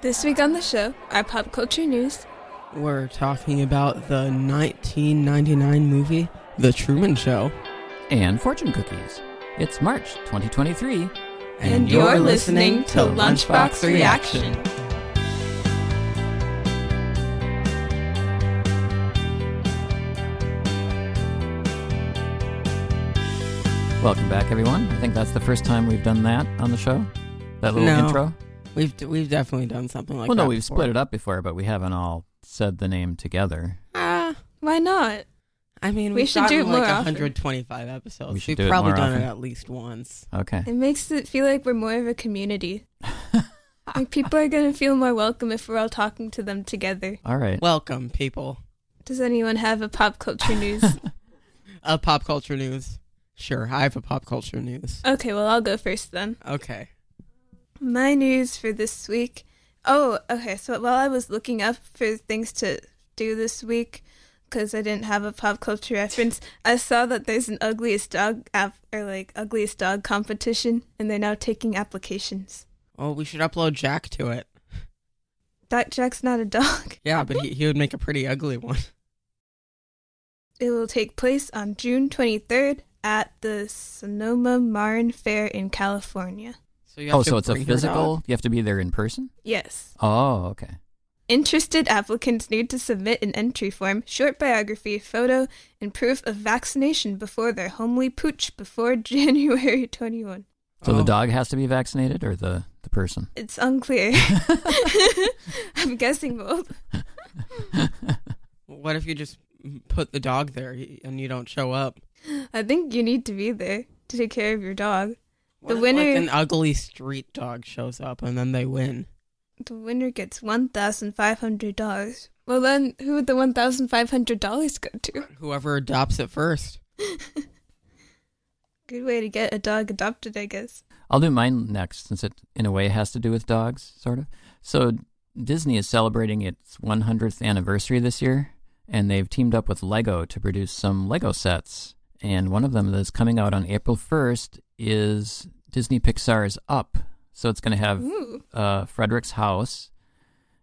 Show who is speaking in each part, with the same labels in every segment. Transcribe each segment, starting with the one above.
Speaker 1: This week on the show, our pop culture news,
Speaker 2: We're talking about the 1999 movie The Truman Show.
Speaker 3: and fortune cookies. It's March 2023.
Speaker 2: And you're listening to Lunchbox Reaction.
Speaker 3: Welcome back, everyone. I think that's the first time we've done that on the show. That little
Speaker 2: No.
Speaker 3: intro.
Speaker 2: We've d- we've definitely done something like
Speaker 3: well,
Speaker 2: that.
Speaker 3: no, we've split it up before, but we haven't all said the name together.
Speaker 2: Ah,
Speaker 1: why not?
Speaker 2: I mean,
Speaker 1: We
Speaker 2: we've
Speaker 1: should do it
Speaker 2: gotten
Speaker 1: more
Speaker 2: like
Speaker 1: often.
Speaker 2: 125 episodes.
Speaker 3: We should
Speaker 2: we've
Speaker 3: do it
Speaker 2: probably
Speaker 3: more
Speaker 2: done
Speaker 3: often.
Speaker 2: it at least once.
Speaker 3: Okay.
Speaker 1: It makes it feel like we're more of a community. like people are gonna feel more welcome if we're all talking to them together.
Speaker 3: All right.
Speaker 2: Welcome, people.
Speaker 1: Does anyone have a pop culture news?
Speaker 2: Uh, pop culture news. Sure, I have a pop culture news.
Speaker 1: okay, well I'll go first then.
Speaker 2: Okay.
Speaker 1: My news for this week. Oh, okay. So while I was looking up for things to do this week, because I didn't have a pop culture reference, I saw that there's an ugliest dog app or like ugliest dog competition, and they're now taking applications.
Speaker 2: Oh, we should upload Jack to it.
Speaker 1: Doc Jack's not a dog.
Speaker 2: Yeah, but he, he would make a pretty ugly one.
Speaker 1: It will take place on June 23rd at the Sonoma Marin Fair in California.
Speaker 2: So you have
Speaker 3: Oh,
Speaker 2: to
Speaker 3: so it's a
Speaker 2: bring your
Speaker 3: physical.
Speaker 2: dog.
Speaker 3: You have to be there in person.
Speaker 1: Yes.
Speaker 3: Oh, okay.
Speaker 1: Interested applicants need to submit an entry form, short biography, photo, and proof of vaccination before their homely pooch before January 21.
Speaker 3: So the
Speaker 2: Oh.
Speaker 3: dog has to be vaccinated, or the the person.
Speaker 1: It's unclear. I'm guessing both.
Speaker 2: What if you just put the dog there and you don't show up?
Speaker 1: I think you need to be there to take care of your dog.
Speaker 2: What
Speaker 1: the
Speaker 2: if, like,
Speaker 1: winner
Speaker 2: an ugly street dog shows up and then they win.
Speaker 1: the winner gets $1,500. Well then, who would the $1,500 go to?
Speaker 2: Whoever adopts it first.
Speaker 1: Good way to get a dog adopted, I guess.
Speaker 3: I'll do mine next, since it in a way has to do with dogs, sort of. So Disney is celebrating its 100th anniversary this year, and they've teamed up with Lego to produce some Lego sets. And one of them that's coming out on April 1st is Disney Pixar's Up. So it's going to have
Speaker 1: Ooh.
Speaker 3: uh, Frederick's house,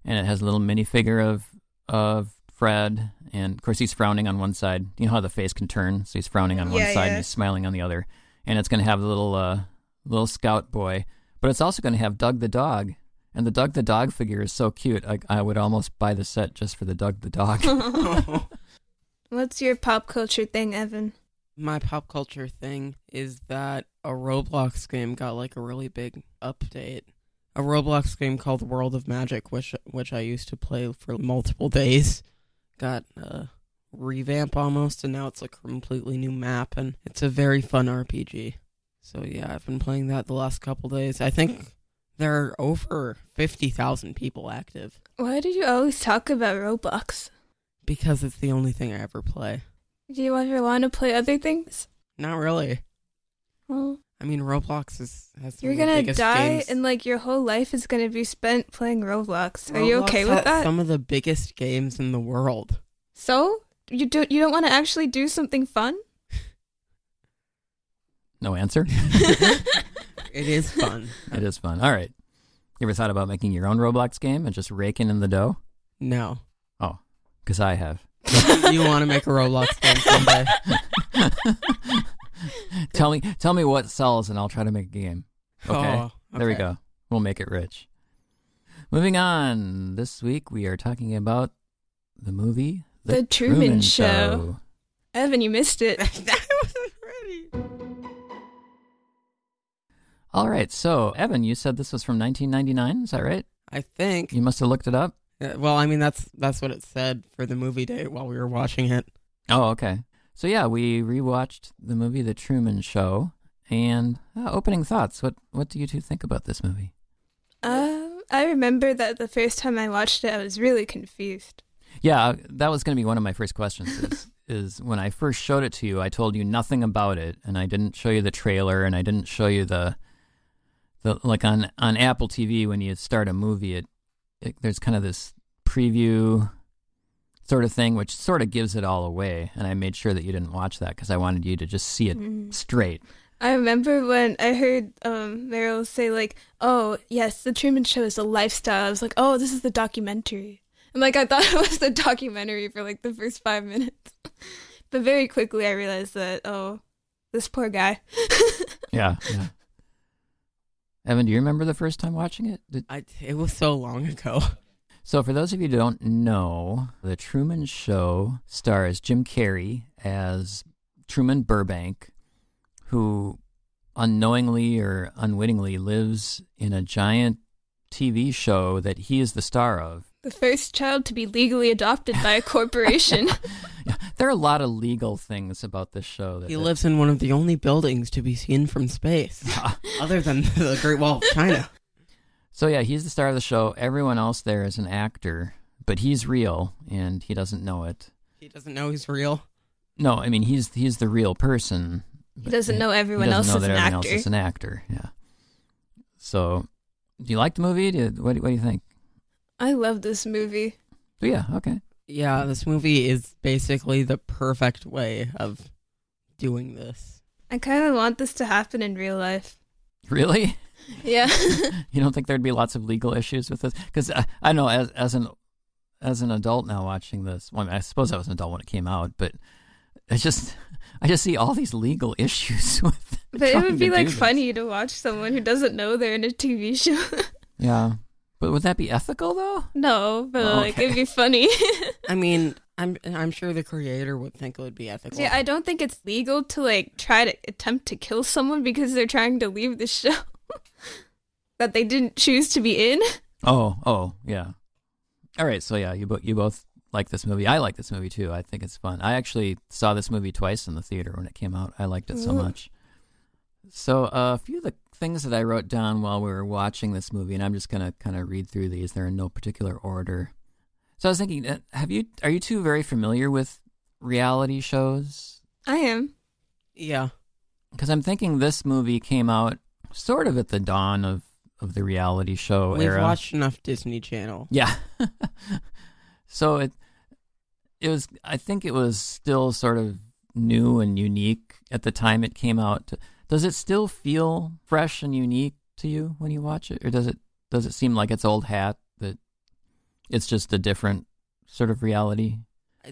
Speaker 3: and it has a little minifigure of of Fred, and of course he's frowning on one side. You know how the face can turn, so he's frowning on one
Speaker 1: Yeah,
Speaker 3: side
Speaker 1: yeah.
Speaker 3: and he's smiling on the other. And it's going to have the little uh, little scout boy, but it's also going to have Doug the dog. And the Doug the dog figure is so cute. I, I would almost buy the set just for the Doug the dog.
Speaker 1: What's your pop culture thing, Evan?
Speaker 2: My pop culture thing is that a Roblox game got like a really big update. A Roblox game called World of Magic, which which I used to play for multiple days, got a revamp almost, and now it's a completely new map, and it's a very fun RPG. So yeah, I've been playing that the last couple days. I think there are over fifty thousand people active
Speaker 1: Why do you always talk about Roblox?
Speaker 2: because it's the only thing I ever play.
Speaker 1: Do you ever want to play other things?
Speaker 2: Not really.
Speaker 1: Well,
Speaker 2: I mean, Roblox is has some
Speaker 1: You're
Speaker 2: of the
Speaker 1: gonna
Speaker 2: biggest
Speaker 1: die,
Speaker 2: games.
Speaker 1: and like your whole life is gonna be spent playing Roblox. Are you
Speaker 2: Roblox
Speaker 1: okay
Speaker 2: has
Speaker 1: with that?
Speaker 2: Some of the biggest games in the world.
Speaker 1: So you don't you don't want to actually do something fun?
Speaker 3: No answer?
Speaker 2: It is fun.
Speaker 3: it is fun. All right. You ever thought about making your own Roblox game and just raking in the dough?
Speaker 2: No,
Speaker 3: Oh, because I have.
Speaker 2: you want to make a Roblox game someday?
Speaker 3: tell me tell me what sells and I'll try to make a game. Okay.
Speaker 2: Oh,
Speaker 3: There we
Speaker 2: okay.
Speaker 3: go. We'll make it rich. Moving on. This week we are talking about the movie
Speaker 1: The Truman Show. Evan, you missed it.
Speaker 2: I wasn't ready.
Speaker 3: All right. So, Evan, you said this was from 1999, is that right?
Speaker 2: I think.
Speaker 3: You must have looked it up.
Speaker 2: Uh, Well, I mean, that's that's what it said for the movie date while we were watching it.
Speaker 3: Oh, okay. So, yeah, we rewatched the movie The Truman Show and uh, opening thoughts. What what do you two think about this movie?
Speaker 1: Um, I remember that the first time I watched it, I was really confused.
Speaker 3: Yeah, that was going to be one of my first questions. Is, is when I first showed it to you, I told you nothing about it, and I didn't show you the trailer, and I didn't show you the, the like on on Apple TV when you start a movie, it, it there's kind of this preview sort of thing which sort of gives it all away, and I made sure that you didn't watch that because I wanted you to just see it
Speaker 1: Mm-hmm. Mm.
Speaker 3: straight.
Speaker 1: I remember when I heard um, Meryl say like, "Oh yes, the Truman Show is a lifestyle." I was like, "Oh, this is the documentary," and like I thought it was the documentary for like the first five minutes, but very quickly I realized that oh, this poor guy.
Speaker 3: Yeah. yeah. Evan, do you remember the first time watching it? Did,
Speaker 2: I it was so long ago.
Speaker 3: So, for those of you who don't know, The Truman Show stars Jim Carrey as Truman Burbank, who unknowingly or unwittingly lives in a giant TV show that he is the star of.
Speaker 1: the first child to be legally adopted by a corporation.
Speaker 3: There are a lot of legal things about this show. That
Speaker 2: He lives in one of the only buildings to be seen from space, other than the Great Wall of China.
Speaker 3: Ah. So yeah, he's the star of the show. Everyone else there is an actor, but he's real and he doesn't know it.
Speaker 2: He doesn't know he's real.
Speaker 3: No, I mean he's he's the real person.
Speaker 1: He doesn't know everyone
Speaker 3: he doesn't
Speaker 1: else
Speaker 3: know
Speaker 1: is
Speaker 3: that
Speaker 1: an
Speaker 3: everyone
Speaker 1: actor.
Speaker 3: else is an actor. Yeah. So, do you like the movie? Do you, what, do- what do you think?
Speaker 1: I love this movie.
Speaker 3: But yeah. Okay.
Speaker 2: Yeah, this movie is basically the perfect way of doing this.
Speaker 1: I kind of want this to happen in real life.
Speaker 3: Really?
Speaker 1: Yeah.
Speaker 3: You don't think there'd be lots of legal issues with this? Because I, I know as as an as an adult now watching this, well, I, mean, I suppose I was an adult when it came out, but it's just I just see all these legal issues with.
Speaker 1: But it
Speaker 3: trying
Speaker 1: would
Speaker 3: to
Speaker 1: be
Speaker 3: do
Speaker 1: like
Speaker 3: this.
Speaker 1: funny to watch someone who doesn't know they're in a TV show.
Speaker 3: Yeah, but would that be ethical though?
Speaker 1: no, but like
Speaker 3: Oh, Okay.
Speaker 1: it'd be funny.
Speaker 2: I mean, I'm I'm sure the creator would think it would be ethical.
Speaker 1: yeah, I don't think it's legal to like try to attempt to kill someone because they're trying to leave the show that they didn't choose to be in.
Speaker 3: Oh, oh, yeah. All right, so yeah, you both you both like this movie. I like this movie too. I think it's fun. I actually saw this movie twice in the theater when it came out. I liked it so
Speaker 1: Ooh.
Speaker 3: much. So uh, a few of the things that I wrote down while we were watching this movie, and I'm just gonna kind of read through these. They're in no particular order. So I was thinking, uh, have you are you two very familiar with reality shows?
Speaker 1: I am.
Speaker 2: yeah.
Speaker 3: Because I'm thinking this movie came out sort of at the dawn of of the reality show
Speaker 2: We've
Speaker 3: Oh, era.
Speaker 2: watched enough Disney Channel.
Speaker 3: Yeah. so it it was I think it was still sort of new and unique at the time it came out. Does it still feel fresh and unique to you when you watch it or does it does it seem like it's old hat that it's just a different sort of reality?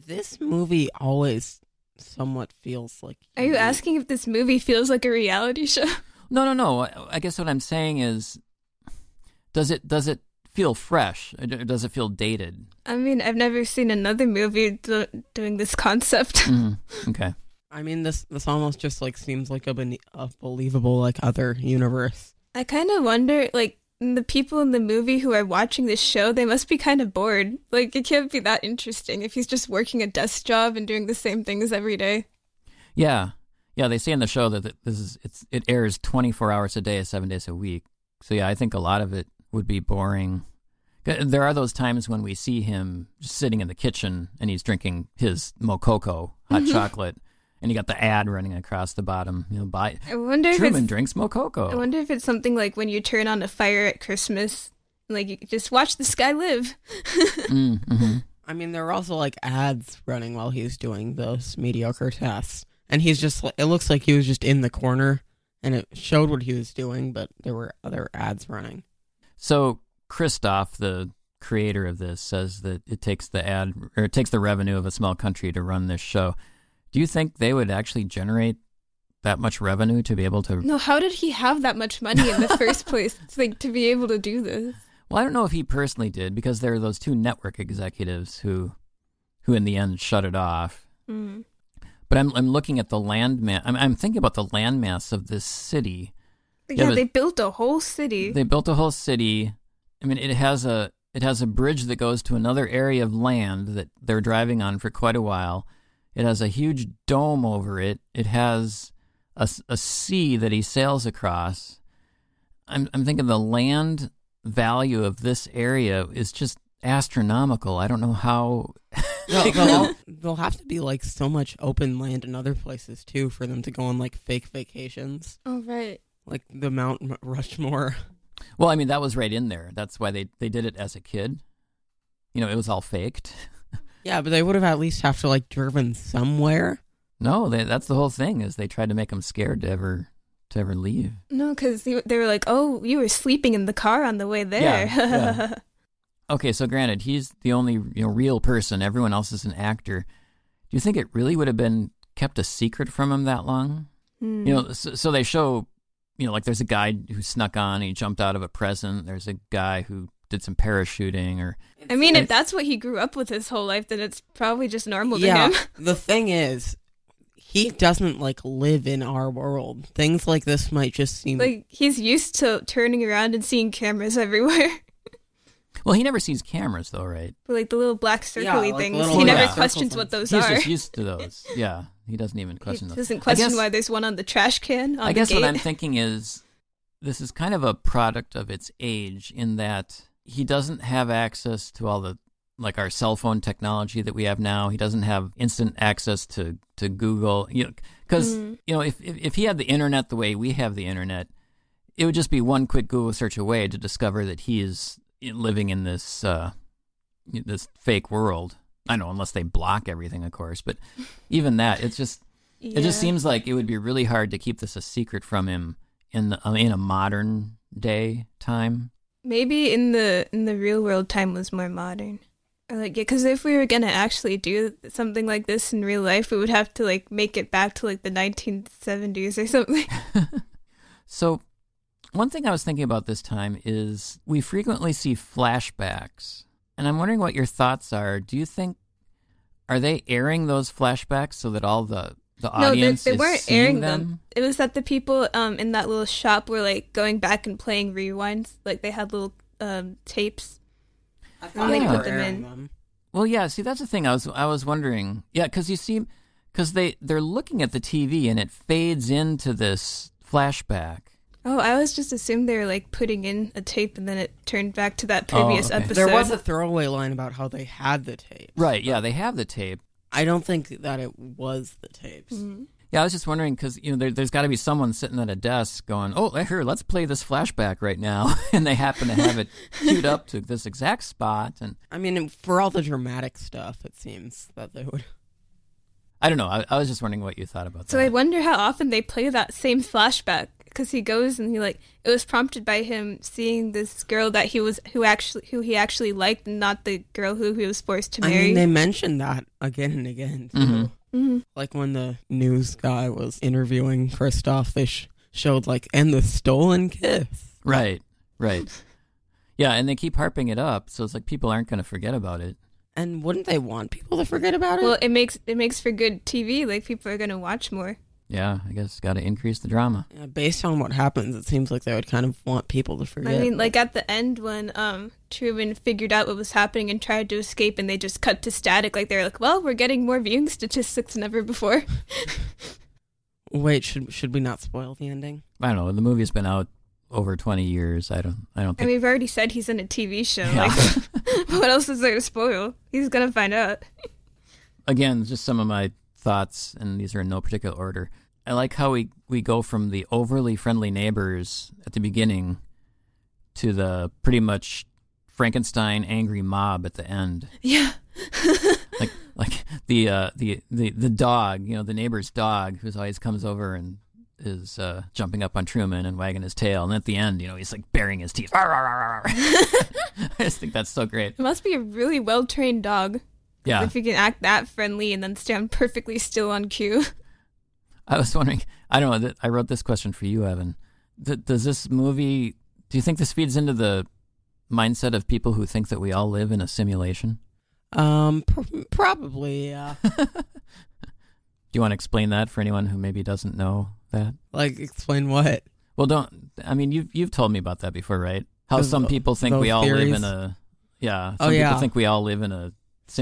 Speaker 2: This movie always somewhat feels like.
Speaker 1: Are
Speaker 3: Mm-hmm.
Speaker 1: you asking if this movie feels like a reality show?
Speaker 3: No, no, no. I- I guess what I'm saying is does it does it feel fresh or d- does it feel dated?
Speaker 1: I mean, I've never seen another movie do- doing this concept.
Speaker 3: Mhm. Okay.
Speaker 2: I mean, this this almost just like seems like a, ben- a believable like other universe.
Speaker 1: I kind of wonder, like, the people in the movie who are watching this show, they must be kind of bored. Like, it can't be that interesting if he's just working a desk job and doing the same things every day.
Speaker 3: Yeah, yeah. They say in the show that th- this is it's it airs twenty four hours a day, seven days a week. So yeah, I think a lot of it would be boring. Th- There are those times when we
Speaker 1: Mm-hmm.
Speaker 3: see him just sitting in the kitchen and he's drinking his mococo hot chocolate, and you got the ad running across the bottom. You know, buy
Speaker 1: I wonder if
Speaker 3: Truman
Speaker 1: it's
Speaker 3: drinks mococo.
Speaker 1: I wonder if it's something like when you turn on a fire at Christmas, like you just watch the sky live.
Speaker 3: Mm, mhm.
Speaker 2: I mean, there are also like ads running while he's doing those mediocre tasks, and he's just. li- It looks like he was just in the corner, and it showed what he was doing, but there were other ads running.
Speaker 3: So Christoph, the creator of this, says that it takes the ad or it takes the revenue of a small country to run this show. Do you think they would actually generate that much revenue to be able to?
Speaker 1: No, how did he have that much money in the first place? It's like to be able to do this.
Speaker 3: Well, I don't know if he personally did because there are those two network executives who, who in the end shut it off. Hmm.
Speaker 1: Mm.
Speaker 3: But I'm I'm looking at the landmass. I'm I'm thinking about the landmass of this city. Yeah,
Speaker 1: Yeah,
Speaker 3: but-
Speaker 1: they built a whole city.
Speaker 3: They built a whole city. I mean, it has a it has a bridge that goes to another area of land that they're driving on for quite a while. It has a huge dome over it. It has a, s- a sea that he sails across. I'm I'm thinking the land value of this area is just astronomical. I don't know how.
Speaker 2: They'll, they'll, they'll have to be like so much open land in other places too for them to go on like fake vacations,
Speaker 1: oh right.
Speaker 2: like the Mount M- Rushmore.
Speaker 3: Well, I mean, that was right in there. That's why they they did it as a kid. You know, it was all faked.
Speaker 2: Yeah, but they would have at least have to like driven somewhere.
Speaker 3: No, they, that's the whole thing is they tried to make them scared to ever to ever leave.
Speaker 1: No, because they, they were like, "Oh, you were sleeping in the car on the way there."
Speaker 3: yeah. Okay, so granted, he's the only you know, real person. Everyone else is an actor. Do you think it really would have been kept a secret from him that long?
Speaker 1: Mm.
Speaker 3: You know, so, so they show, you know, like there's a guy who snuck on, he jumped out of a present. There's a guy who did some parachuting, or
Speaker 1: I mean, if
Speaker 3: It's-
Speaker 1: that's what he grew up with his whole life, then it's probably just normal
Speaker 2: yeah,
Speaker 1: to him.
Speaker 2: the thing is, he doesn't like live in our world. Things like this might just seem
Speaker 1: Like he's used to turning around and seeing cameras everywhere,
Speaker 3: well, he never sees cameras though, right?
Speaker 1: But, like the little black circly
Speaker 2: like
Speaker 1: things.
Speaker 2: little
Speaker 1: He never
Speaker 3: black
Speaker 1: questions
Speaker 2: circle
Speaker 1: what those
Speaker 3: he's
Speaker 1: are.
Speaker 3: just used to those. Yeah, he doesn't even question
Speaker 1: he
Speaker 3: those.
Speaker 1: doesn't
Speaker 3: I
Speaker 1: question
Speaker 3: guess-
Speaker 1: why there's one on the trash can. On
Speaker 3: I
Speaker 1: the
Speaker 3: guess what
Speaker 1: gate.
Speaker 3: I'm thinking is this is kind of a product of its age in that he doesn't have access to all the like our cell phone technology that we have now. He doesn't have instant access to to Google, you know, cuz
Speaker 1: Mm.
Speaker 3: you know if, if if he had the internet the way we have the internet, it would just be one quick Google search away to discover that he is living in this uh this fake world. I know unless they block everything of course, but even that it's just it just
Speaker 1: Yeah.
Speaker 3: seems like it would be really hard to keep this a secret from him in the, uh, in a modern day time.
Speaker 1: Maybe in the in the real world, time was more modern. Or, Like, yeah, because if we were gonna actually do something like this in real life, we would have to like make it back to like the 1970s or something.
Speaker 3: So, one thing I was thinking about this time is we frequently see flashbacks, and I'm wondering what your thoughts are. Do you think are they airing those flashbacks so that all the the audience is seeing them?
Speaker 1: It was that the people um in that little shop were like going back and playing rewinds. Like they had little um tapes.
Speaker 2: I
Speaker 1: thought
Speaker 3: they put
Speaker 2: were
Speaker 1: them
Speaker 2: airing
Speaker 1: in.
Speaker 2: them.
Speaker 3: Well, yeah. See, that's the thing. I was I was wondering. Yeah, because you see, because they they're looking at the TV and it fades into this flashback.
Speaker 1: Oh, I always just assumed they were like putting in a tape and then it turned back to that previous
Speaker 3: okay.
Speaker 1: episode.
Speaker 2: There was a throwaway line about how they had the tape.
Speaker 3: Right. Yeah, they have the tape.
Speaker 2: I don't think that it was the tapes.
Speaker 3: Yeah, I was just wondering because you know there, there's got to be someone sitting at a desk going, "Oh, here, let's play this flashback right now," and they happen to have it queued up to this exact spot. And
Speaker 2: I mean, for all the dramatic stuff, it seems that they would.
Speaker 3: I don't know. I, I was just wondering what you thought about
Speaker 1: So
Speaker 3: that.
Speaker 1: I wonder how often they play that same flashback because he goes and he like it was prompted by him seeing this girl that he was who actually who he actually liked, and not the girl who he was forced to
Speaker 2: I
Speaker 1: marry.
Speaker 2: mean, they mentioned that again and again. Too.
Speaker 3: Mhm.
Speaker 1: Mhm.
Speaker 2: Like when the news guy was interviewing Christoph, they sh- showed like, and the stolen kiss.
Speaker 3: right, right. yeah, and they keep harping it up, so it's like people aren't going to forget about it.
Speaker 2: And wouldn't they want people to forget about it?
Speaker 1: Well, it makes it makes for good TV. Like people are gonna watch more.
Speaker 3: Yeah, I guess got to increase the drama.
Speaker 2: Yeah, based on what happens, it seems like they would kind of want people to forget.
Speaker 1: I mean, like at the end when um Truman figured out what was happening and tried to escape, and they just cut to static. Like they're like, "Well, we're getting more viewing statistics than ever before."
Speaker 2: wait, should should we not spoil the ending?
Speaker 3: I don't know. The movie's been out over 20 years. I don't. I don't
Speaker 1: and
Speaker 3: think.
Speaker 1: we've already said he's in a TV show.
Speaker 3: Yeah.
Speaker 1: Like, what else is there to spoil? He's gonna find out.
Speaker 3: Again, just some of my thoughts, and these are in no particular order. I like how we, we go from the overly friendly neighbors at the beginning to the pretty much Frankenstein angry mob at the end.
Speaker 1: Yeah.
Speaker 3: Like like the uh, the, the the dog, you know, the neighbor's dog who's always comes over and is uh, jumping up on Truman and wagging his tail, and at the end, you know, he's like baring his teeth. I just think that's so great.
Speaker 1: It must be a really well trained dog
Speaker 3: Yeah,
Speaker 1: if you can act that friendly and then stand perfectly still on cue.
Speaker 3: I was wondering. I don't know. That I wrote this question for you, Evan. Th- does this movie? Do you think this feeds into the mindset of people who think that we all live in a simulation?
Speaker 2: Um, pr- probably yeah.
Speaker 3: Do you want to explain that for anyone who maybe doesn't know that?
Speaker 2: like, explain what?
Speaker 3: Well, don't. I mean, you've you've told me about that before, right? How
Speaker 2: Those-
Speaker 3: some people think we
Speaker 2: those
Speaker 3: all live
Speaker 2: theories?
Speaker 3: in a yeah.
Speaker 2: Oh,
Speaker 3: Some
Speaker 2: yeah.
Speaker 3: people think we all live in a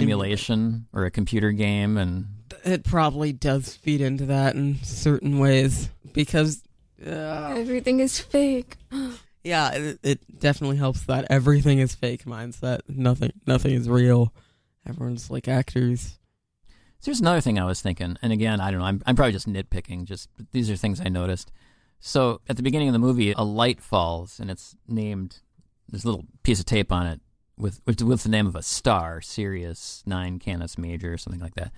Speaker 3: simulation or a computer game, and
Speaker 2: It probably does feed into that in certain ways because. Uh,
Speaker 1: Everything is fake.
Speaker 2: yeah, it, it definitely helps that everything is fake mindset. Nothing, nothing is real. Everyone's like actors.
Speaker 3: So here's another thing I was thinking, and again, I don't know. I'm, I'm probably just nitpicking. Just but these are things I noticed. So at the beginning of the movie, a light falls, and it's named. There's a little piece of tape on it with with, with the name of a star, Sirius Nine Canis Major, or something like that.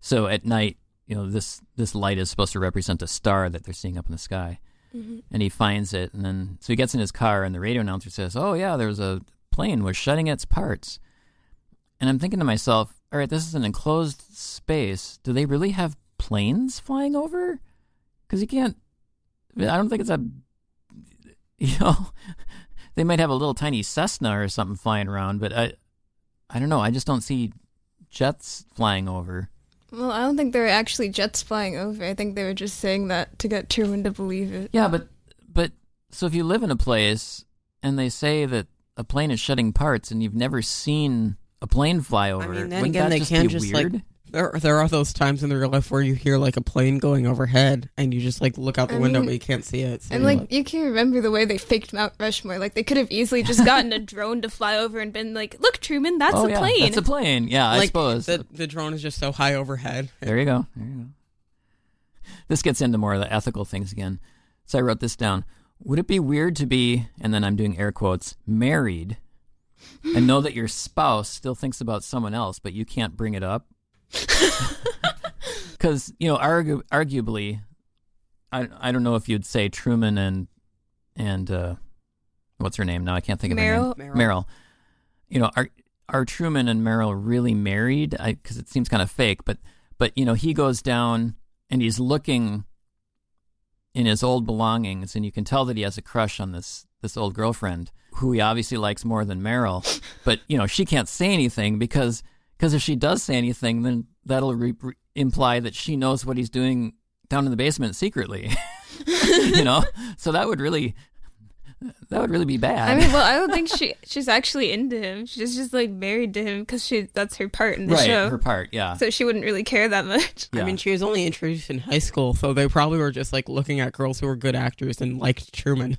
Speaker 3: So at night, you know this this light is supposed to represent a star that they're seeing up in the sky, and he finds it, and then so he gets in his car, and the radio announcer says, "Oh yeah, there was a plane was shedding its parts." And I'm thinking to myself, all right, this is an enclosed space. Do they really have planes flying over? Because you can't. I don't think it's a. You know, they might have a little tiny Cessna or something flying around, but I, I don't know. I just don't see jets flying over.
Speaker 1: Well, I don't think there were actually jets flying over. I think they were just saying that to get Truman to believe it.
Speaker 3: Yeah, but but so if you live in a place and they say that a plane is shedding parts and you've never seen a plane fly over,
Speaker 2: I mean, then
Speaker 3: wouldn't
Speaker 2: again,
Speaker 3: that
Speaker 2: they
Speaker 3: just
Speaker 2: can
Speaker 3: be
Speaker 2: just
Speaker 3: weird?
Speaker 2: like there. There are those times in real life where you hear like a plane going overhead, and you just like look out the
Speaker 1: I
Speaker 2: window,
Speaker 1: mean-
Speaker 2: but you can't see it. so
Speaker 1: And
Speaker 2: you're
Speaker 1: like you can remember the way they faked Mount Rushmore. Like they could have easily just gotten a drone to fly over and been like, "Look, Truman, that's
Speaker 3: oh,
Speaker 1: a
Speaker 3: yeah,
Speaker 1: plane."
Speaker 3: That's a plane. Yeah, I
Speaker 2: Like,
Speaker 3: suppose
Speaker 2: the, the drone is just so high overhead.
Speaker 3: There you go. There you go. This gets into more of the ethical things again. So I wrote this down. Would it be weird to be, and then I'm doing air quotes, married and know that your spouse still thinks about someone else, but you can't bring it up? Because, you know, argu- arguably, I, I don't know if you'd say Truman and, and uh, what's her name? Now I can't think of her name.
Speaker 1: Meryl.
Speaker 2: Meryl.
Speaker 3: Meryl. You know, are are Truman and Meryl really married? Because it seems kind of fake, but but you know, he goes down and he's looking in his old belongings, and you can tell that he has a crush on this this old girlfriend who he obviously likes more than Meryl. but you know, she can't say anything because because if she does say anything, then that'll re- re- imply that she knows what he's doing down in the basement secretly. you know, so that would really that would really be bad.
Speaker 1: I mean, well, I don't think she she's actually into him. She's just like married to him because she that's her part in the
Speaker 3: right,
Speaker 1: show.
Speaker 3: her part, yeah.
Speaker 1: so she wouldn't really care that much.
Speaker 3: Yeah.
Speaker 2: I mean, she was only introduced in high school, so they probably were just like looking at girls who were good actors and liked Truman.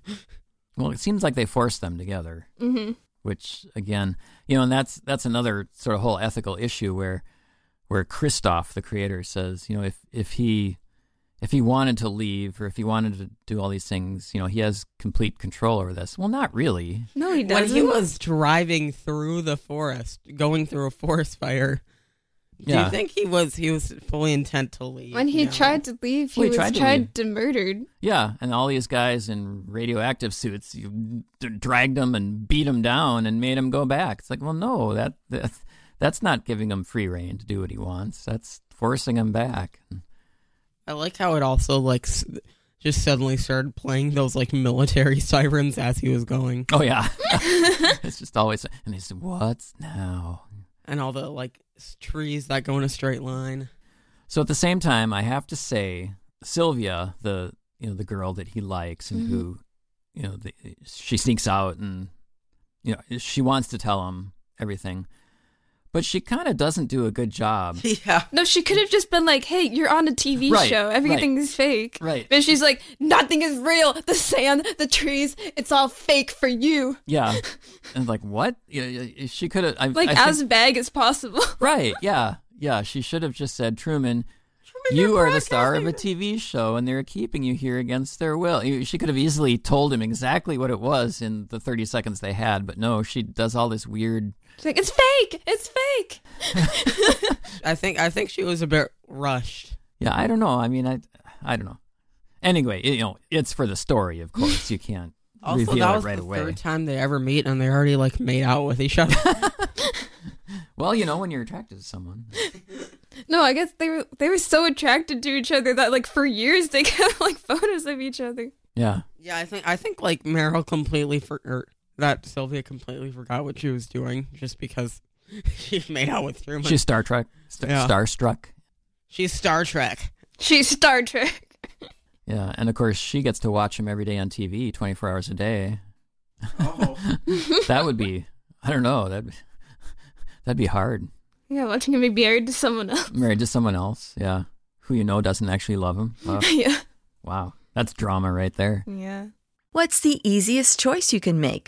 Speaker 3: well, it seems like they forced them together,
Speaker 1: hmm
Speaker 3: which again, you know, and that's that's another sort of whole ethical issue where where Christoph, the creator, says, you know, if if he if he wanted to leave or if he wanted to do all these things, you know, he has complete control over this. Well, not really.
Speaker 1: No, he
Speaker 2: When
Speaker 1: doesn't.
Speaker 2: he was driving through the forest, going through a forest fire, do
Speaker 3: Yeah.
Speaker 2: you think he was he was fully intent to leave?
Speaker 1: When he
Speaker 2: No.
Speaker 1: tried to leave, he
Speaker 3: Well,
Speaker 1: was
Speaker 3: he tried
Speaker 1: tried,
Speaker 3: to leave.
Speaker 1: to murdered.
Speaker 3: Yeah, and all these guys in radioactive suits, you d- dragged them and beat them down and made them go back. It's like, well, no, that, that that's not giving him free reign to do what he wants. That's forcing him back.
Speaker 2: I like how it also like s- just suddenly started playing those like military sirens as he was going,
Speaker 3: Oh yeah, it's just always. And he said, "What's now?"
Speaker 2: and all the like s- trees that go in a straight line.
Speaker 3: So at the same time, I have to say, Sylvia, the you know the girl that he likes and who, you know, the, she sneaks out and you know she wants to tell him everything, but she kind of doesn't do a good job.
Speaker 2: Yeah,
Speaker 1: No, she could have just been like, "Hey, you're on a TV
Speaker 3: Right,
Speaker 1: show.
Speaker 3: right.
Speaker 1: Everything is fake."
Speaker 3: Right.
Speaker 1: But she's like, "Nothing is real. The sand, the trees, it's all fake for you."
Speaker 3: Yeah, and like what? You know, she could have I,
Speaker 1: Like
Speaker 3: I
Speaker 1: as
Speaker 3: think-
Speaker 1: vague as possible.
Speaker 3: right. Yeah, yeah. She should have just said Truman.
Speaker 1: on
Speaker 3: You
Speaker 1: your
Speaker 3: are the star
Speaker 1: podcast.
Speaker 3: of a TV show, and they're keeping you here against their will. You- She could have easily told him exactly what it was in the 30 seconds they had, but no, she does all this weird.
Speaker 1: She's like, it's fake. It's fake.
Speaker 2: I think I think she was a bit rushed.
Speaker 3: Yeah, I don't know. I mean, I, I don't know. Anyway, you know, it's for the story, of course. You can't
Speaker 2: Also,
Speaker 3: reveal
Speaker 2: that
Speaker 3: it
Speaker 2: was
Speaker 3: right
Speaker 2: the
Speaker 3: away.
Speaker 2: third time they ever meet, and they already like made out with each other.
Speaker 3: Well, you know, when you're attracted to someone,
Speaker 1: No, I guess they were they were so attracted to each other that like for years they kept like photos of each other.
Speaker 3: yeah,
Speaker 2: yeah, I think I think like Meryl completely for or that Sylvia completely forgot what she was doing just because she made out with Truman.
Speaker 3: she's Star Trek, st-
Speaker 2: Yeah.
Speaker 3: starstruck.
Speaker 2: She's Star Trek.
Speaker 1: She's Star Trek.
Speaker 3: Yeah, and of course she gets to watch him every day on TV, twenty four hours a day. that would be, I don't know, that that'd be hard.
Speaker 1: Yeah, watching him be married to someone else.
Speaker 3: Married to someone else, yeah, who you know doesn't actually love him. Wow,
Speaker 1: yeah.
Speaker 3: wow. that's drama right there.
Speaker 1: Yeah.
Speaker 4: What's the easiest choice you can make?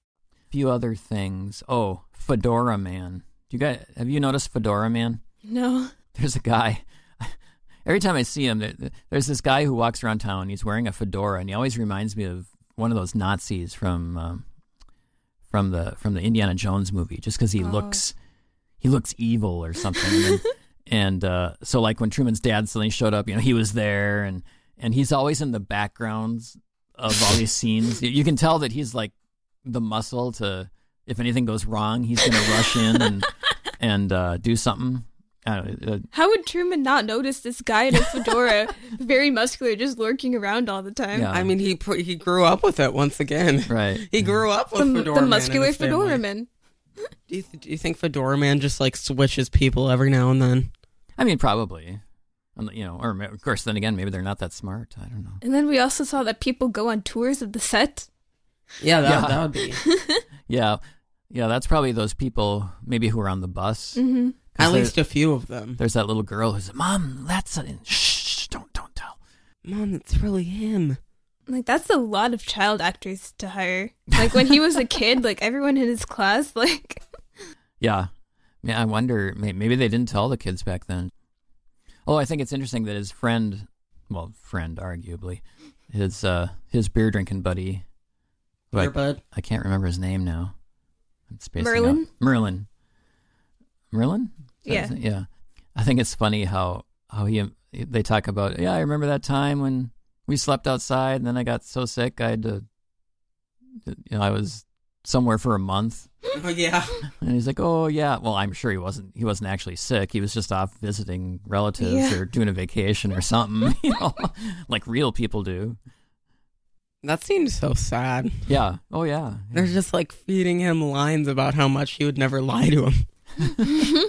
Speaker 3: Few other things. Oh, Fedora Man. Do you guys have you noticed Fedora Man?
Speaker 1: No.
Speaker 3: there's a guy. Every time I see him, there, there's this guy who walks around town. He's wearing a fedora, and he always reminds me of one of those Nazis from um, from the from the Indiana Jones movie, just because he
Speaker 1: Oh.
Speaker 3: looks he looks evil or something. And, then- and uh, so, like when Truman's dad suddenly showed up, you know, he was there, and and he's always in the backgrounds of all these scenes. You- You can tell that he's like the muscle to if anything goes wrong, he's going to rush in and and uh, do something. I don't know, uh,
Speaker 1: How would Truman not notice this guy in a fedora, very muscular, just lurking around all the time?
Speaker 3: Yeah.
Speaker 2: I mean, he pr- he grew up with it once again.
Speaker 3: Um, Right.
Speaker 2: He grew up with
Speaker 1: The,
Speaker 2: Fedora
Speaker 1: the
Speaker 2: Man in
Speaker 1: muscular
Speaker 2: his family.
Speaker 1: fedora man.
Speaker 2: Do you, do you think Fedora Man just like switches people every now and then?
Speaker 3: I mean, probably. Um, You know, or ma- of course, then again, maybe they're not that smart. I don't know.
Speaker 1: And then we also saw that people go on tours of the set.
Speaker 2: Yeah, that,
Speaker 3: Yeah.
Speaker 2: that would be.
Speaker 3: Yeah, yeah, that's probably those people maybe who are on the bus.
Speaker 1: Mm-hmm.
Speaker 2: At
Speaker 3: Is there-
Speaker 2: least a few of them.
Speaker 3: There's that little girl who's mom. That's a shh. shh, Don't don't tell.
Speaker 2: Mom, it's really him.
Speaker 1: Like that's a lot of child actors to hire. Like when he was a kid, like everyone in his class, like
Speaker 3: Yeah. Yeah, I wonder. may- Maybe they didn't tell the kids back then. Oh, I think it's interesting that his friend, well, friend, arguably, his uh, his beer drinking buddy. who I,
Speaker 2: Earbud.
Speaker 3: I can't remember his name now. I'm spacing out.
Speaker 1: Merlin?
Speaker 3: Merlin. Merlin. Is that
Speaker 1: Yeah.
Speaker 3: his name? Yeah. I think it's funny how how he they talk about. Yeah, I remember that time when we slept outside, and then I got so sick I had to. You know, I was somewhere for a month,
Speaker 2: Oh, yeah.
Speaker 3: and he's like, "Oh yeah." Well, I'm sure he wasn't. He wasn't actually sick. He was just off visiting relatives
Speaker 1: Yeah.
Speaker 3: or doing a vacation or something. You know, like real people do.
Speaker 2: That seems so sad.
Speaker 3: Yeah. Oh yeah.
Speaker 2: They're just like feeding him lines about how much he would never lie to him.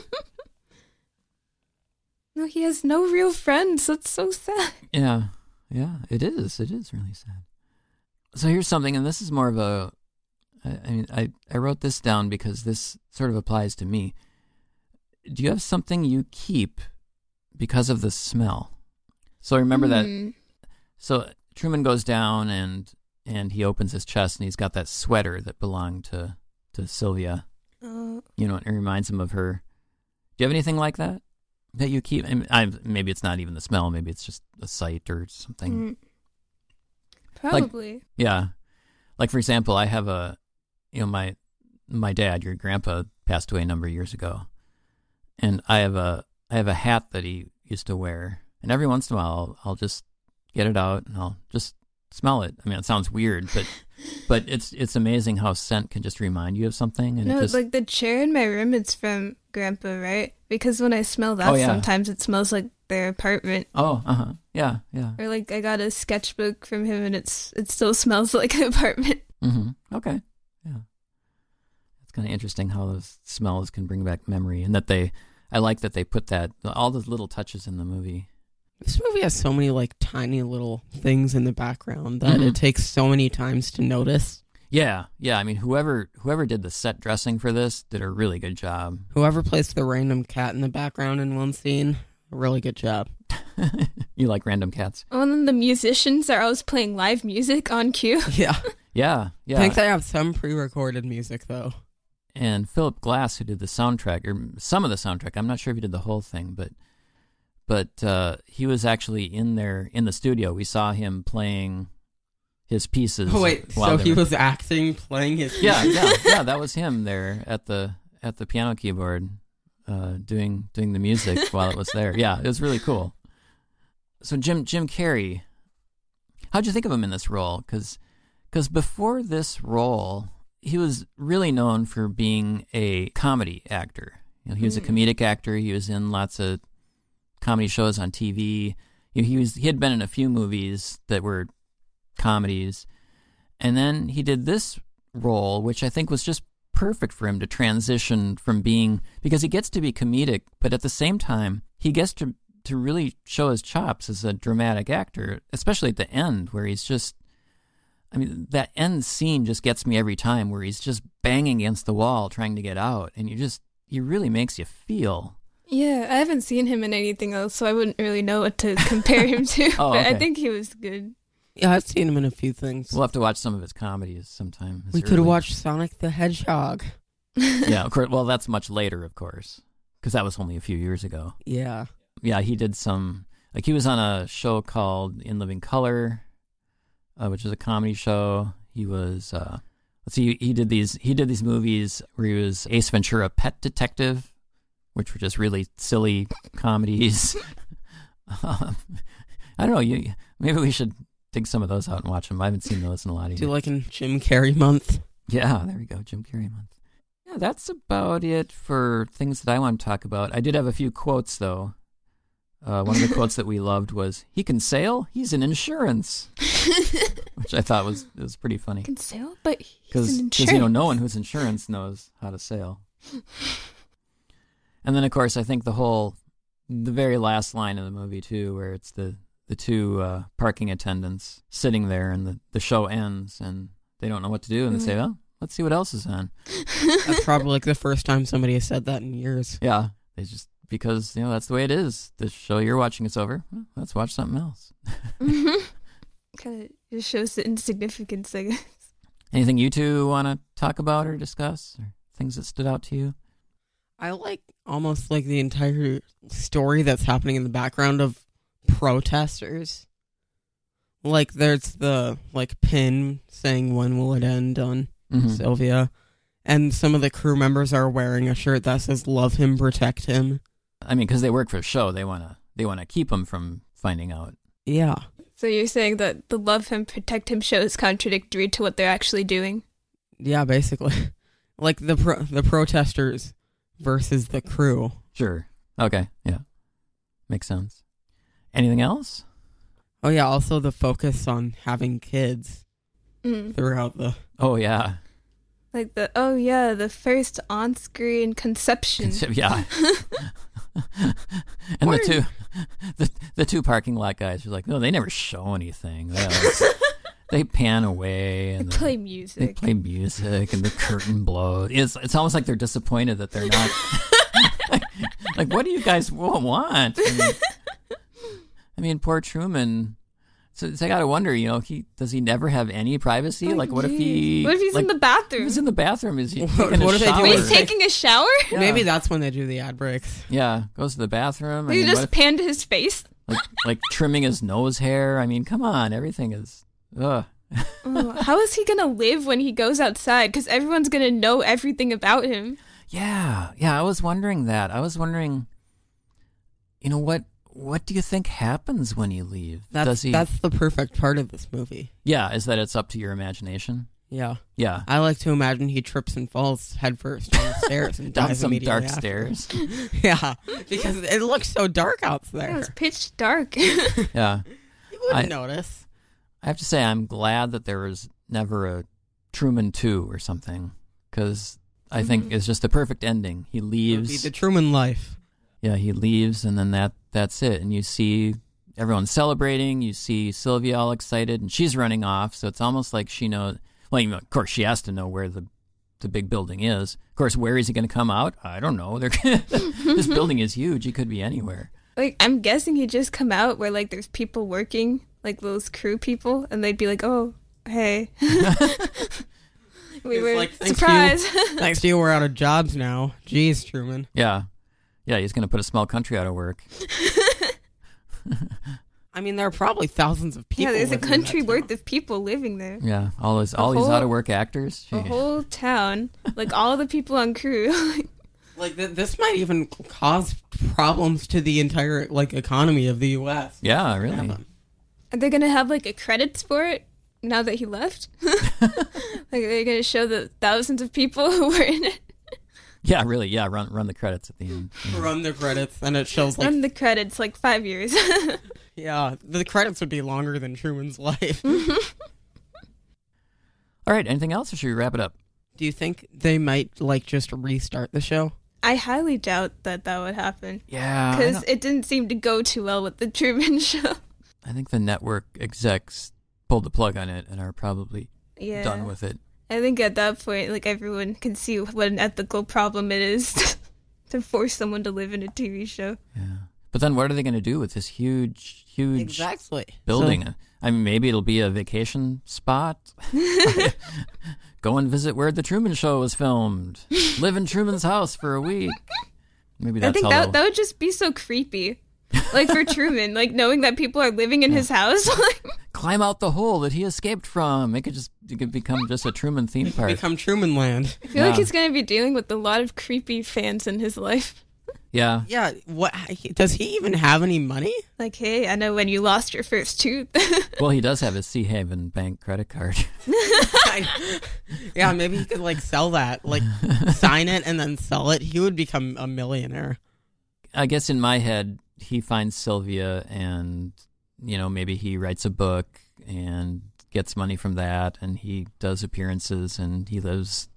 Speaker 1: No, he has no real friends. That's so sad.
Speaker 3: Yeah. Yeah. It is. It is really sad. So here's something, and this is more of a. I, I mean, I I wrote this down because this sort of applies to me. Do you have something you keep because of the smell? So remember that
Speaker 1: Mm-hmm. Hmm.
Speaker 3: So Truman goes down and and he opens his chest and he's got that sweater that belonged to to Sylvia.
Speaker 1: Oh,
Speaker 3: You know, it reminds him of her. Do you have anything like that that you keep? I, mean, I maybe it's not even the smell. Maybe it's just a sight or something.
Speaker 1: mm. Probably.
Speaker 3: Yeah, like for example, I have a you know my my dad, your grandpa, passed away a number of years ago, and I have a I have a hat that he used to wear, and every once in a while I'll, I'll just get it out and I'll just smell it. I mean, it sounds weird, but but it's it's amazing how scent can just remind you of something, and
Speaker 1: no,
Speaker 3: it just
Speaker 1: like the chair in my room, it's from Grandpa, right? Because when I smell that,
Speaker 3: Oh, yeah.
Speaker 1: sometimes it smells like their apartment.
Speaker 3: oh uh huh yeah yeah
Speaker 1: Or like I got a sketchbook from him, and it's it still smells like an apartment.
Speaker 3: mm-hmm. okay yeah. It's kind of interesting how those smells can bring back memory, and that they I like that they put that all those little touches in the movie.
Speaker 2: This movie has so many like tiny little things in the background that
Speaker 3: Mhm.
Speaker 2: it takes so many times to notice.
Speaker 3: Yeah, yeah. I mean, whoever whoever did the set dressing for this did a really good job.
Speaker 2: Whoever placed the random cat in the background in one scene, really good job.
Speaker 3: you like random cats?
Speaker 1: Oh, and then the musicians are always playing live music on cue.
Speaker 2: Yeah.
Speaker 3: Yeah, yeah.
Speaker 2: I think they have some pre-recorded music though.
Speaker 3: and Philip Glass, who did the soundtrack or some of the soundtrack, I'm not sure if he did the whole thing, but but uh, he was actually in there in the studio. We saw him playing his pieces.
Speaker 2: Oh wait,
Speaker 3: while
Speaker 2: so
Speaker 3: they
Speaker 2: he
Speaker 3: were-
Speaker 2: was acting, playing his
Speaker 3: Yeah, yeah, yeah. That was him there at the at the piano keyboard, uh, doing doing the music while it was there. Yeah, it was really cool. So Jim Jim Carrey, how'd you think of him in this role? Because before this role, he was really known for being a comedy actor. You know, he was a comedic actor. He was in lots of comedy shows on TV. You know, he was he had been in a few movies that were comedies, and then he did this role, which I think was just perfect for him to transition from being because he gets to be comedic, but at the same time, he gets to to really show his chops as a dramatic actor, especially at the end where he's just I mean, that end scene just gets me every time where he's just banging against the wall trying to get out and you just he really makes you feel.
Speaker 1: Yeah, I haven't seen him in anything else, so I wouldn't really know what to compare him to.
Speaker 3: Oh,
Speaker 1: but
Speaker 3: okay.
Speaker 1: I think he was good.
Speaker 2: Yeah, I've seen him in a few things.
Speaker 3: We'll have to watch some of his comedies sometime. His
Speaker 2: we could
Speaker 3: early-
Speaker 2: watch Sonic the Hedgehog.
Speaker 3: Yeah, of course. Well, that's much later, of course, because that was only a few years ago.
Speaker 2: Yeah.
Speaker 3: yeah, he did some like he was on a show called In Living Color, uh, which is a comedy show. He was uh, let's see, he did these he did these movies where he was Ace Ventura: Pet Detective, which were just really silly comedies. um, I don't know. You maybe we should dig some of those out and watch them. I haven't seen those in a lot of
Speaker 2: Do
Speaker 3: years.
Speaker 2: like in Jim Carrey month.
Speaker 3: Yeah, there we go. Jim Carrey month. Yeah, that's about it for things that I want to talk about. I did have a few quotes though. Uh, one of the quotes that we loved was, "He can sail. He's in insurance," which I thought was was pretty funny
Speaker 1: Can sail, but he's
Speaker 3: because
Speaker 1: an
Speaker 3: you know no one who's insurance knows how to sail. and then of course I think the whole the very last line of the movie too, where it's the the two uh, parking attendants sitting there, and the the show ends, and they don't know what to do, and they
Speaker 1: Mm-hmm.
Speaker 3: say, "Well, let's see what else is on."
Speaker 2: That's probably like the first time somebody has said that in years.
Speaker 3: Yeah, they just because you know that's the way it is. The show you're watching is over. Well, let's watch something else.
Speaker 1: kind of just shows the insignificance, I guess.
Speaker 3: Anything you two want to talk about or discuss, or things that stood out to you?
Speaker 2: I like almost like the entire story that's happening in the background of protesters. Like there's the like pin saying when will it end on
Speaker 3: Mhm.
Speaker 2: Sylvia, and some of the crew members are wearing a shirt that says "Love him, protect him."
Speaker 3: I mean, because they work for the show, they wanna they wanna keep them from finding out.
Speaker 2: Yeah,
Speaker 1: So you're saying that the love him, protect him show is contradictory to what they're actually doing?
Speaker 2: yeah, basically, like the pro- the protesters versus the crew.
Speaker 3: Sure. Okay. Yeah. Makes sense. Anything else?
Speaker 2: Oh yeah, also the focus on having kids
Speaker 1: Mm.
Speaker 2: throughout the
Speaker 3: Oh yeah.
Speaker 1: Like the oh yeah, the first on-screen conception.
Speaker 3: Concep- yeah. and the
Speaker 2: Word.
Speaker 3: two the the two parking lot guys are like, no, they never show anything. They, always- they pan away
Speaker 1: They
Speaker 3: and
Speaker 1: play
Speaker 3: then they
Speaker 1: music.
Speaker 3: play music and the curtain blows. It's it's almost like they're disappointed that they're not like what do you guys wa- want? I mean, I mean, poor Truman. So, so I gotta wonder, you know, he does he never have any privacy?
Speaker 1: Oh,
Speaker 3: like, what if
Speaker 1: jeez.
Speaker 3: he?
Speaker 1: What if he's
Speaker 3: like,
Speaker 1: in the bathroom?
Speaker 3: He was in the bathroom. Is he
Speaker 2: What-
Speaker 3: taking a
Speaker 2: what if they do
Speaker 3: shower?
Speaker 1: Wait, he's
Speaker 2: Wait.
Speaker 1: taking a shower?
Speaker 3: Yeah.
Speaker 2: Maybe that's when they do the ad breaks.
Speaker 3: Yeah, goes to the bathroom. I
Speaker 1: They
Speaker 3: mean,
Speaker 1: just
Speaker 3: what if-
Speaker 1: panned his face.
Speaker 3: like, like trimming his nose hair. I mean, come on, everything is. Ugh.
Speaker 1: Oh, how is he gonna live when he goes outside? Because everyone's gonna know everything about him.
Speaker 3: Yeah, yeah. I was wondering that. I was wondering, you know what? What do you think happens when you leave?
Speaker 2: That's
Speaker 3: Does he?
Speaker 2: that's the perfect part of this movie.
Speaker 3: yeah, is that it's up to your imagination?
Speaker 2: Yeah,
Speaker 3: Yeah,
Speaker 2: I like to imagine he trips and falls headfirst on the stairs and
Speaker 3: down
Speaker 2: dies
Speaker 3: some
Speaker 2: immediately
Speaker 3: dark
Speaker 2: after.
Speaker 3: stairs.
Speaker 2: Yeah, because it looks so dark out
Speaker 1: It was
Speaker 2: there.
Speaker 1: pitch dark.
Speaker 3: yeah,
Speaker 2: You wouldn't
Speaker 3: I-
Speaker 2: notice.
Speaker 3: I have to say, I'm glad that there was never a Truman Two or something, because I think
Speaker 1: Mhm.
Speaker 3: it's just the perfect ending.
Speaker 2: Mm-hmm.
Speaker 3: He
Speaker 2: It would be
Speaker 3: leaves.
Speaker 2: the Truman life.
Speaker 3: yeah, he leaves, and then that that's it. And you see everyone celebrating. You see Sylvia all excited, and she's running off. So it's almost like she knows. Well, you know, of course, she has to know where the the big building is. Of course, where is he going to come out? I don't know. They're this building is huge. He could be anywhere.
Speaker 1: like I'm guessing he just come out where like there's people working, like those crew people, and they'd be like, "Oh, hey, we
Speaker 2: It's
Speaker 1: were
Speaker 2: like, "Thank
Speaker 1: surprised."
Speaker 2: Thanks to you, we're out of jobs now. Jeez, Truman.
Speaker 3: Yeah, yeah. He's going to put a small country out of work.
Speaker 2: I mean, there are probably thousands of people.
Speaker 1: yeah, there's a
Speaker 2: living in that
Speaker 1: country
Speaker 2: town.
Speaker 1: worth of people living there.
Speaker 3: Yeah, all those all these
Speaker 1: whole-
Speaker 3: out of work actors.
Speaker 1: A
Speaker 3: Gee.
Speaker 1: whole town, like all the people on crew.
Speaker 2: Like th- this might even cause problems to the entire like economy of the U.S.
Speaker 3: Yeah, really.
Speaker 1: Are they gonna have like a credits for it now that he left? like they're gonna show the thousands of people who were in it
Speaker 3: Yeah, really. Yeah, run run the credits at the end.
Speaker 2: Run the credits, and it shows like
Speaker 1: on the credits like five years.
Speaker 2: yeah, the credits would be longer than Truman's life.
Speaker 3: Mm-hmm. All right. Anything else, or should we wrap it up?
Speaker 2: Do you think they might like just restart the show?
Speaker 1: I highly doubt that that would happen
Speaker 2: Uh,
Speaker 3: Yeah, I,
Speaker 1: because
Speaker 3: don't-
Speaker 1: it didn't seem to go too well with the Truman Show.
Speaker 3: I think the network execs pulled the plug on it and are probably
Speaker 1: Yeah,
Speaker 3: done with it.
Speaker 1: I think at that point, like everyone can see what an ethical problem it is to force someone to live in a TV show.
Speaker 3: Yeah. But then, what are they going to do with this huge, huge
Speaker 2: Exactly.
Speaker 3: building? I mean, maybe it'll be a vacation spot. Go and visit where the Truman Show was filmed. Live in Truman's house for a week. Maybe that's
Speaker 1: I think
Speaker 3: how
Speaker 1: that
Speaker 3: they'll-
Speaker 1: that would just be so creepy. like for Truman, like knowing that people are living in his house. like-
Speaker 3: climb out the hole that he escaped from. It could just it could become just a Truman theme
Speaker 2: So
Speaker 3: park.
Speaker 2: become Truman Land.
Speaker 1: I feel
Speaker 3: Yeah.
Speaker 1: like he's going to be dealing with a lot of creepy fans in his life.
Speaker 3: yeah.
Speaker 2: Yeah. What does he even have any money?
Speaker 1: Like, hey, I know when you lost your first tooth.
Speaker 3: Well, he does have his Sea Haven bank credit card.
Speaker 2: yeah, maybe he could like sell that, like sign it and then sell it. He would become a millionaire.
Speaker 3: I guess in my head, he finds Sylvia, and you know maybe he writes a book and gets money from that, and he does appearances, and he lives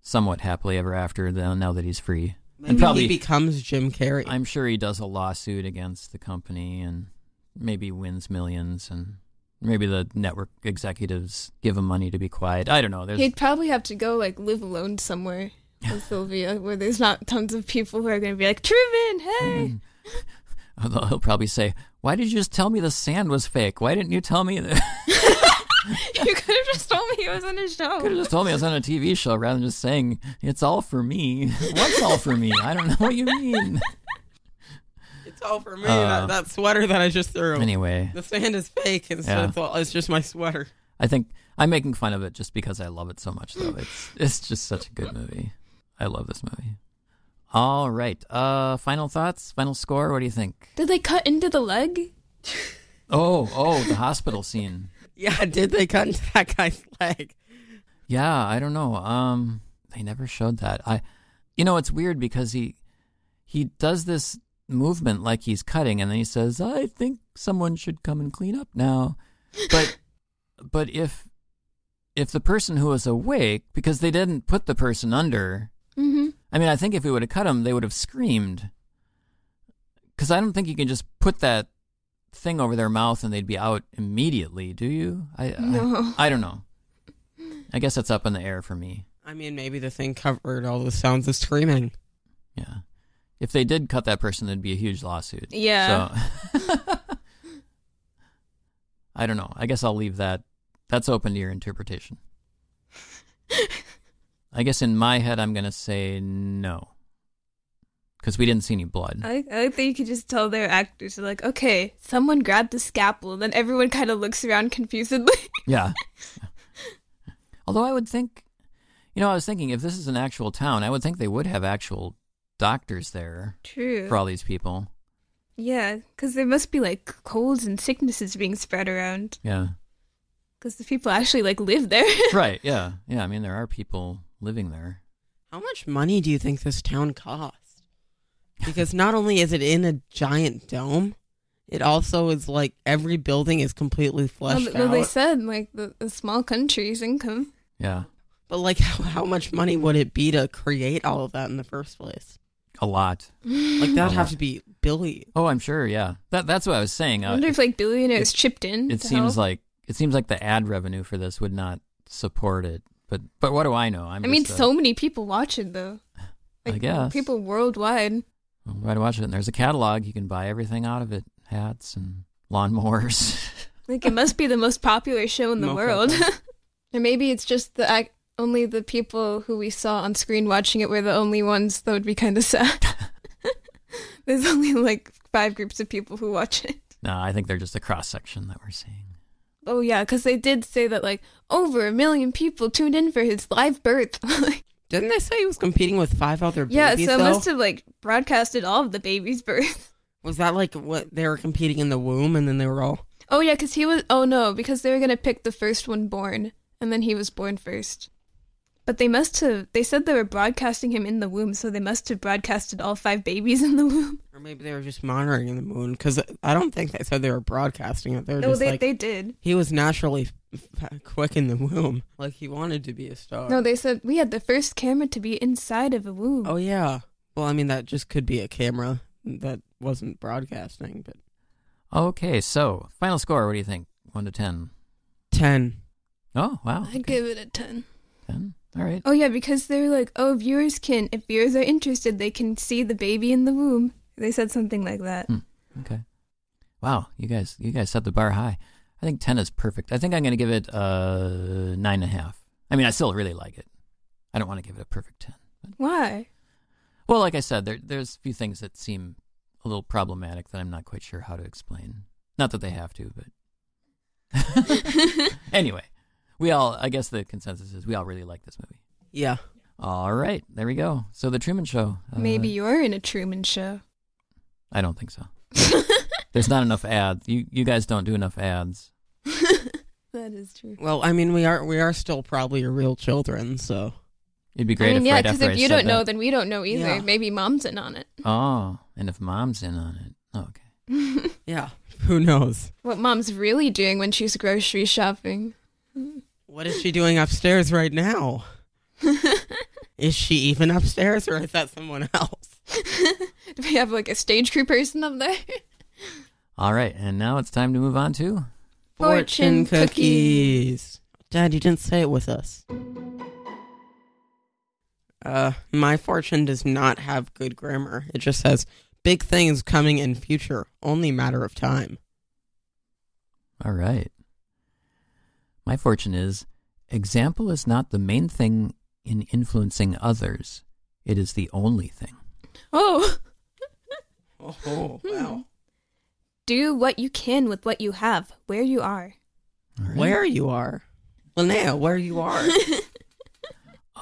Speaker 3: somewhat happily ever after. Though now that he's free,
Speaker 2: Maybe
Speaker 3: and
Speaker 2: he
Speaker 3: probably
Speaker 2: becomes Jim Carrey.
Speaker 3: I'm sure he does a lawsuit against the company, and maybe wins millions, and maybe the network executives give him money to be quiet. I don't know. There's
Speaker 1: He'd probably have to go, like, live alone somewhere with Sylvia, where there's not tons of people who are going to be like, Truman, hey!
Speaker 3: Mm. Although he'll probably say, "Why did you just tell me the sand was fake? Why didn't you tell me that?"
Speaker 1: you could have just told me he was on a show.
Speaker 3: Could have Mm-hmm. just told me I was on a TV show rather than just saying it's all for me. What's all for me? I don't know what you mean.
Speaker 2: It's all for me.
Speaker 3: Uh,
Speaker 2: that, that sweater that I just threw.
Speaker 3: Anyway,
Speaker 2: The sand is fake. It's,
Speaker 3: Yeah.
Speaker 2: it's, all, it's just my sweater.
Speaker 3: I think I'm making fun of it just because I love it so much, though. It's it's just such a good movie. I love this movie. All right. Uh, final thoughts. Final score. What do you think?
Speaker 1: Did they cut into the leg?
Speaker 3: Oh, oh, the hospital scene.
Speaker 2: Yeah, did they cut into that guy's leg?
Speaker 3: Yeah, I don't know. Um, they never showed that. I, you know, it's weird because he, he does this movement like he's cutting, and then he says, "I think someone should come and clean up now." But, but if, if the person who was awake, because they didn't put the person under.
Speaker 1: Mm-hmm.
Speaker 3: I mean, I think if we would have cut him, they would have screamed. Because I don't think you can just put that thing over their mouth and they'd be out immediately, do you? I
Speaker 1: No.
Speaker 3: I, I don't know. I guess that's up in the air for me.
Speaker 2: I mean, maybe the thing covered all the sounds of screaming.
Speaker 3: Yeah. If they did cut that person, there'd be a huge lawsuit.
Speaker 1: Yeah.
Speaker 3: So I don't know. I guess I'll leave that. That's open to your interpretation. I guess in my head, I'm going to say no. Because we didn't see any blood.
Speaker 1: I, I like that you could just tell their actors, like, okay, someone grabbed the scalpel, and then everyone kind of looks around confusedly.
Speaker 3: Yeah. Although I would think, you know, I was thinking if this is an actual town, I would think they would have actual doctors there
Speaker 1: True.
Speaker 3: for all these people.
Speaker 1: Yeah, because there must be like colds and sicknesses being spread around,
Speaker 3: Yeah.
Speaker 1: because the people actually like live there.
Speaker 3: Right. Yeah. Yeah. I mean, there are people living there.
Speaker 2: How much money do you think this town cost? Because not only is it in a giant dome, it also is like every building is completely
Speaker 1: well,
Speaker 2: fleshed
Speaker 1: th- well, they
Speaker 2: out.
Speaker 1: said like the, the small country's income.
Speaker 3: Yeah.
Speaker 2: But like, how, how much money would it be to create all of that in the first place?
Speaker 3: A lot.
Speaker 1: Mm.
Speaker 2: Like that'd
Speaker 3: A
Speaker 2: have
Speaker 3: lot.
Speaker 2: to be billions.
Speaker 3: Oh, I'm sure. Yeah. That that's what I was saying.
Speaker 1: I
Speaker 3: Uh,
Speaker 1: wonder if like billionaires
Speaker 3: it-
Speaker 1: chipped in.
Speaker 3: it
Speaker 1: to
Speaker 3: seems
Speaker 1: help.
Speaker 3: like it seems like the ad revenue for this would not support it. But but what do I know? I'm
Speaker 1: I mean,
Speaker 3: just a-
Speaker 1: so many people watch it though.
Speaker 3: I guess.
Speaker 1: people worldwide.
Speaker 3: Well, Right, watch it. And there's a catalog. You can buy everything out of it: hats and lawnmowers.
Speaker 1: Like it must be the most popular show in the
Speaker 2: Mofo
Speaker 1: world.
Speaker 2: Fest.
Speaker 1: or maybe it's just the ac- only the people who we saw on screen watching it were the only ones that would be kind of sad. There's only like five groups of people who watch it.
Speaker 3: no, I think they're just a cross section that we're seeing.
Speaker 1: Oh yeah, because they did say that like over a million people tuned in for his live birth. Like,
Speaker 2: Didn't they say he was competing with five other
Speaker 1: yeah,
Speaker 2: babies?
Speaker 1: so it
Speaker 2: though?
Speaker 1: must have like broadcasted all of the baby's birth.
Speaker 2: Was that like what they were competing in the womb, and then they were all?
Speaker 1: Oh yeah, because he was. Oh no, because they were gonna pick the first one born, and then he was born first. But they must have. They said they were broadcasting him in the womb, so they must have broadcasted all five babies in the womb.
Speaker 2: Or maybe they were just monitoring the moon because I don't think they said they were broadcasting it. They were
Speaker 1: oh,
Speaker 2: just
Speaker 1: they
Speaker 2: like
Speaker 1: they did.
Speaker 2: he was naturally f- f- quick in the womb, like he wanted to be a star.
Speaker 1: No, they said we had the first camera to be inside of a womb.
Speaker 2: oh yeah. Well, I mean that just could be a camera that wasn't broadcasting, but
Speaker 3: Okay, so final score. What do you think? One to ten.
Speaker 2: ten.
Speaker 3: Oh wow.
Speaker 1: I'd give it a ten.
Speaker 3: Ten. All right.
Speaker 1: Oh yeah, because they were like, "Oh, viewers can if viewers are interested, they can see the baby in the womb." They said something like that.
Speaker 3: Okay. Wow, you guys, you guys set the bar high. I think ten is perfect. I think I'm going to give it uh nine and a half. I mean, I still really like it. I don't want to give it a perfect ten.
Speaker 1: Why?
Speaker 3: Well, like I said, there there's a few things that seem a little problematic that I'm not quite sure how to explain. Not that they have to, but anyway, we all. I guess the consensus is we all really like this movie.
Speaker 2: Yeah.
Speaker 3: All right, there we go. So the Truman Show. uh,
Speaker 1: Maybe you're in a Truman Show.
Speaker 3: I don't think so. There's not enough ads. You you guys don't do enough ads.
Speaker 1: That is true.
Speaker 2: Well, I mean we are we are still probably your real children, so
Speaker 3: It'd be great
Speaker 1: I mean,
Speaker 3: if
Speaker 1: yeah,
Speaker 3: right
Speaker 1: because
Speaker 3: after I
Speaker 1: if you
Speaker 3: said
Speaker 1: don't know,
Speaker 3: that-
Speaker 1: then we don't know either.
Speaker 2: Yeah.
Speaker 1: Maybe mom's in on it.
Speaker 3: Oh, and if mom's in on it. Oh, okay.
Speaker 2: yeah. Who knows?
Speaker 1: What mom's really doing when she's grocery shopping?
Speaker 2: What is she doing upstairs right now? is she even upstairs or is that someone else?
Speaker 1: Do we have like a stage crew person up there?
Speaker 3: All right, and now it's time to move on to
Speaker 1: Fortune
Speaker 2: cookies. Dad, you didn't say it with us. Uh, my fortune does not have good grammar. It just says big things coming in future, only matter of time.
Speaker 3: All right. My fortune is example is not the main thing in influencing others. It is the only thing.
Speaker 1: Oh,
Speaker 2: Oh, wow.
Speaker 1: Do what you can with what you have, where you are.
Speaker 3: All right.
Speaker 2: Where you are. Well, now, where you are.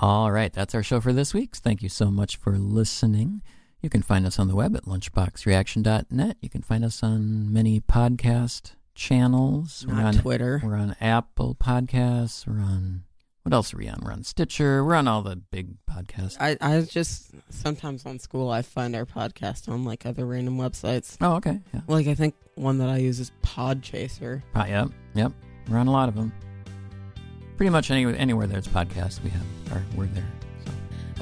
Speaker 3: All right, that's our show for this week. Thank you so much for listening. You can find us on the web at lunchboxreaction.net. You can find us on many podcast channels.
Speaker 2: Not
Speaker 3: on
Speaker 2: Twitter.
Speaker 3: We're on Apple Podcasts. We're on what else are we on? We're on Stitcher. We're on all the big podcasts.
Speaker 2: I, I just sometimes on school I find our podcast on like other random websites.
Speaker 3: Oh, okay. Yeah.
Speaker 2: Like I think one that I use is Podchaser.
Speaker 3: Ah, yep. Yep. We're on a lot of them. Pretty much any, anywhere there's podcasts, we have our we're there. So.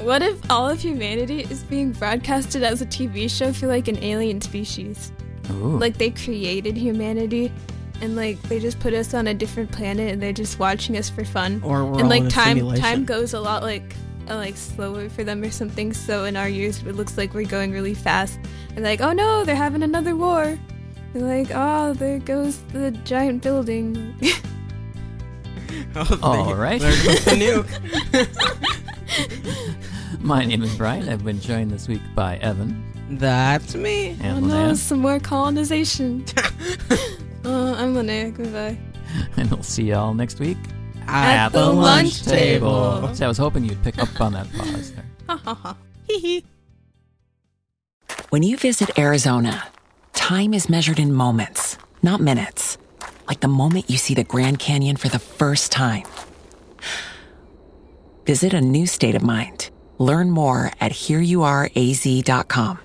Speaker 1: What if all of humanity is being broadcasted as a TV show for like an alien species?
Speaker 2: Hmm.
Speaker 3: Ooh.
Speaker 1: Like they created humanity and like they just put us on a different planet and they're just watching us for fun.
Speaker 2: Or we're
Speaker 1: and
Speaker 2: all
Speaker 1: like
Speaker 2: in a
Speaker 1: time
Speaker 2: simulation.
Speaker 1: time goes a lot like uh, like slower for them or something. So in our years it looks like we're going really fast. And like, "Oh no, they're having another war." They're like, "Oh, there goes the giant building."
Speaker 2: Oh,
Speaker 3: All
Speaker 2: they-
Speaker 3: right.
Speaker 2: There goes the nuke.
Speaker 3: My name is Brian. I've been joined this week by Evan
Speaker 2: That's me.
Speaker 1: oh
Speaker 3: and
Speaker 1: no,
Speaker 3: Lance,
Speaker 1: some more colonization. oh, I'm Linnea. Goodbye.
Speaker 3: and we'll see y'all next week.
Speaker 1: At the lunch table.
Speaker 3: See, I was hoping you'd pick up on that pause there.
Speaker 1: Ha ha ha.
Speaker 5: When you visit Arizona, time is measured in moments, not minutes. Like the moment you see the Grand Canyon for the first time. Visit a new state of mind. Learn more at hereyouareaz.com.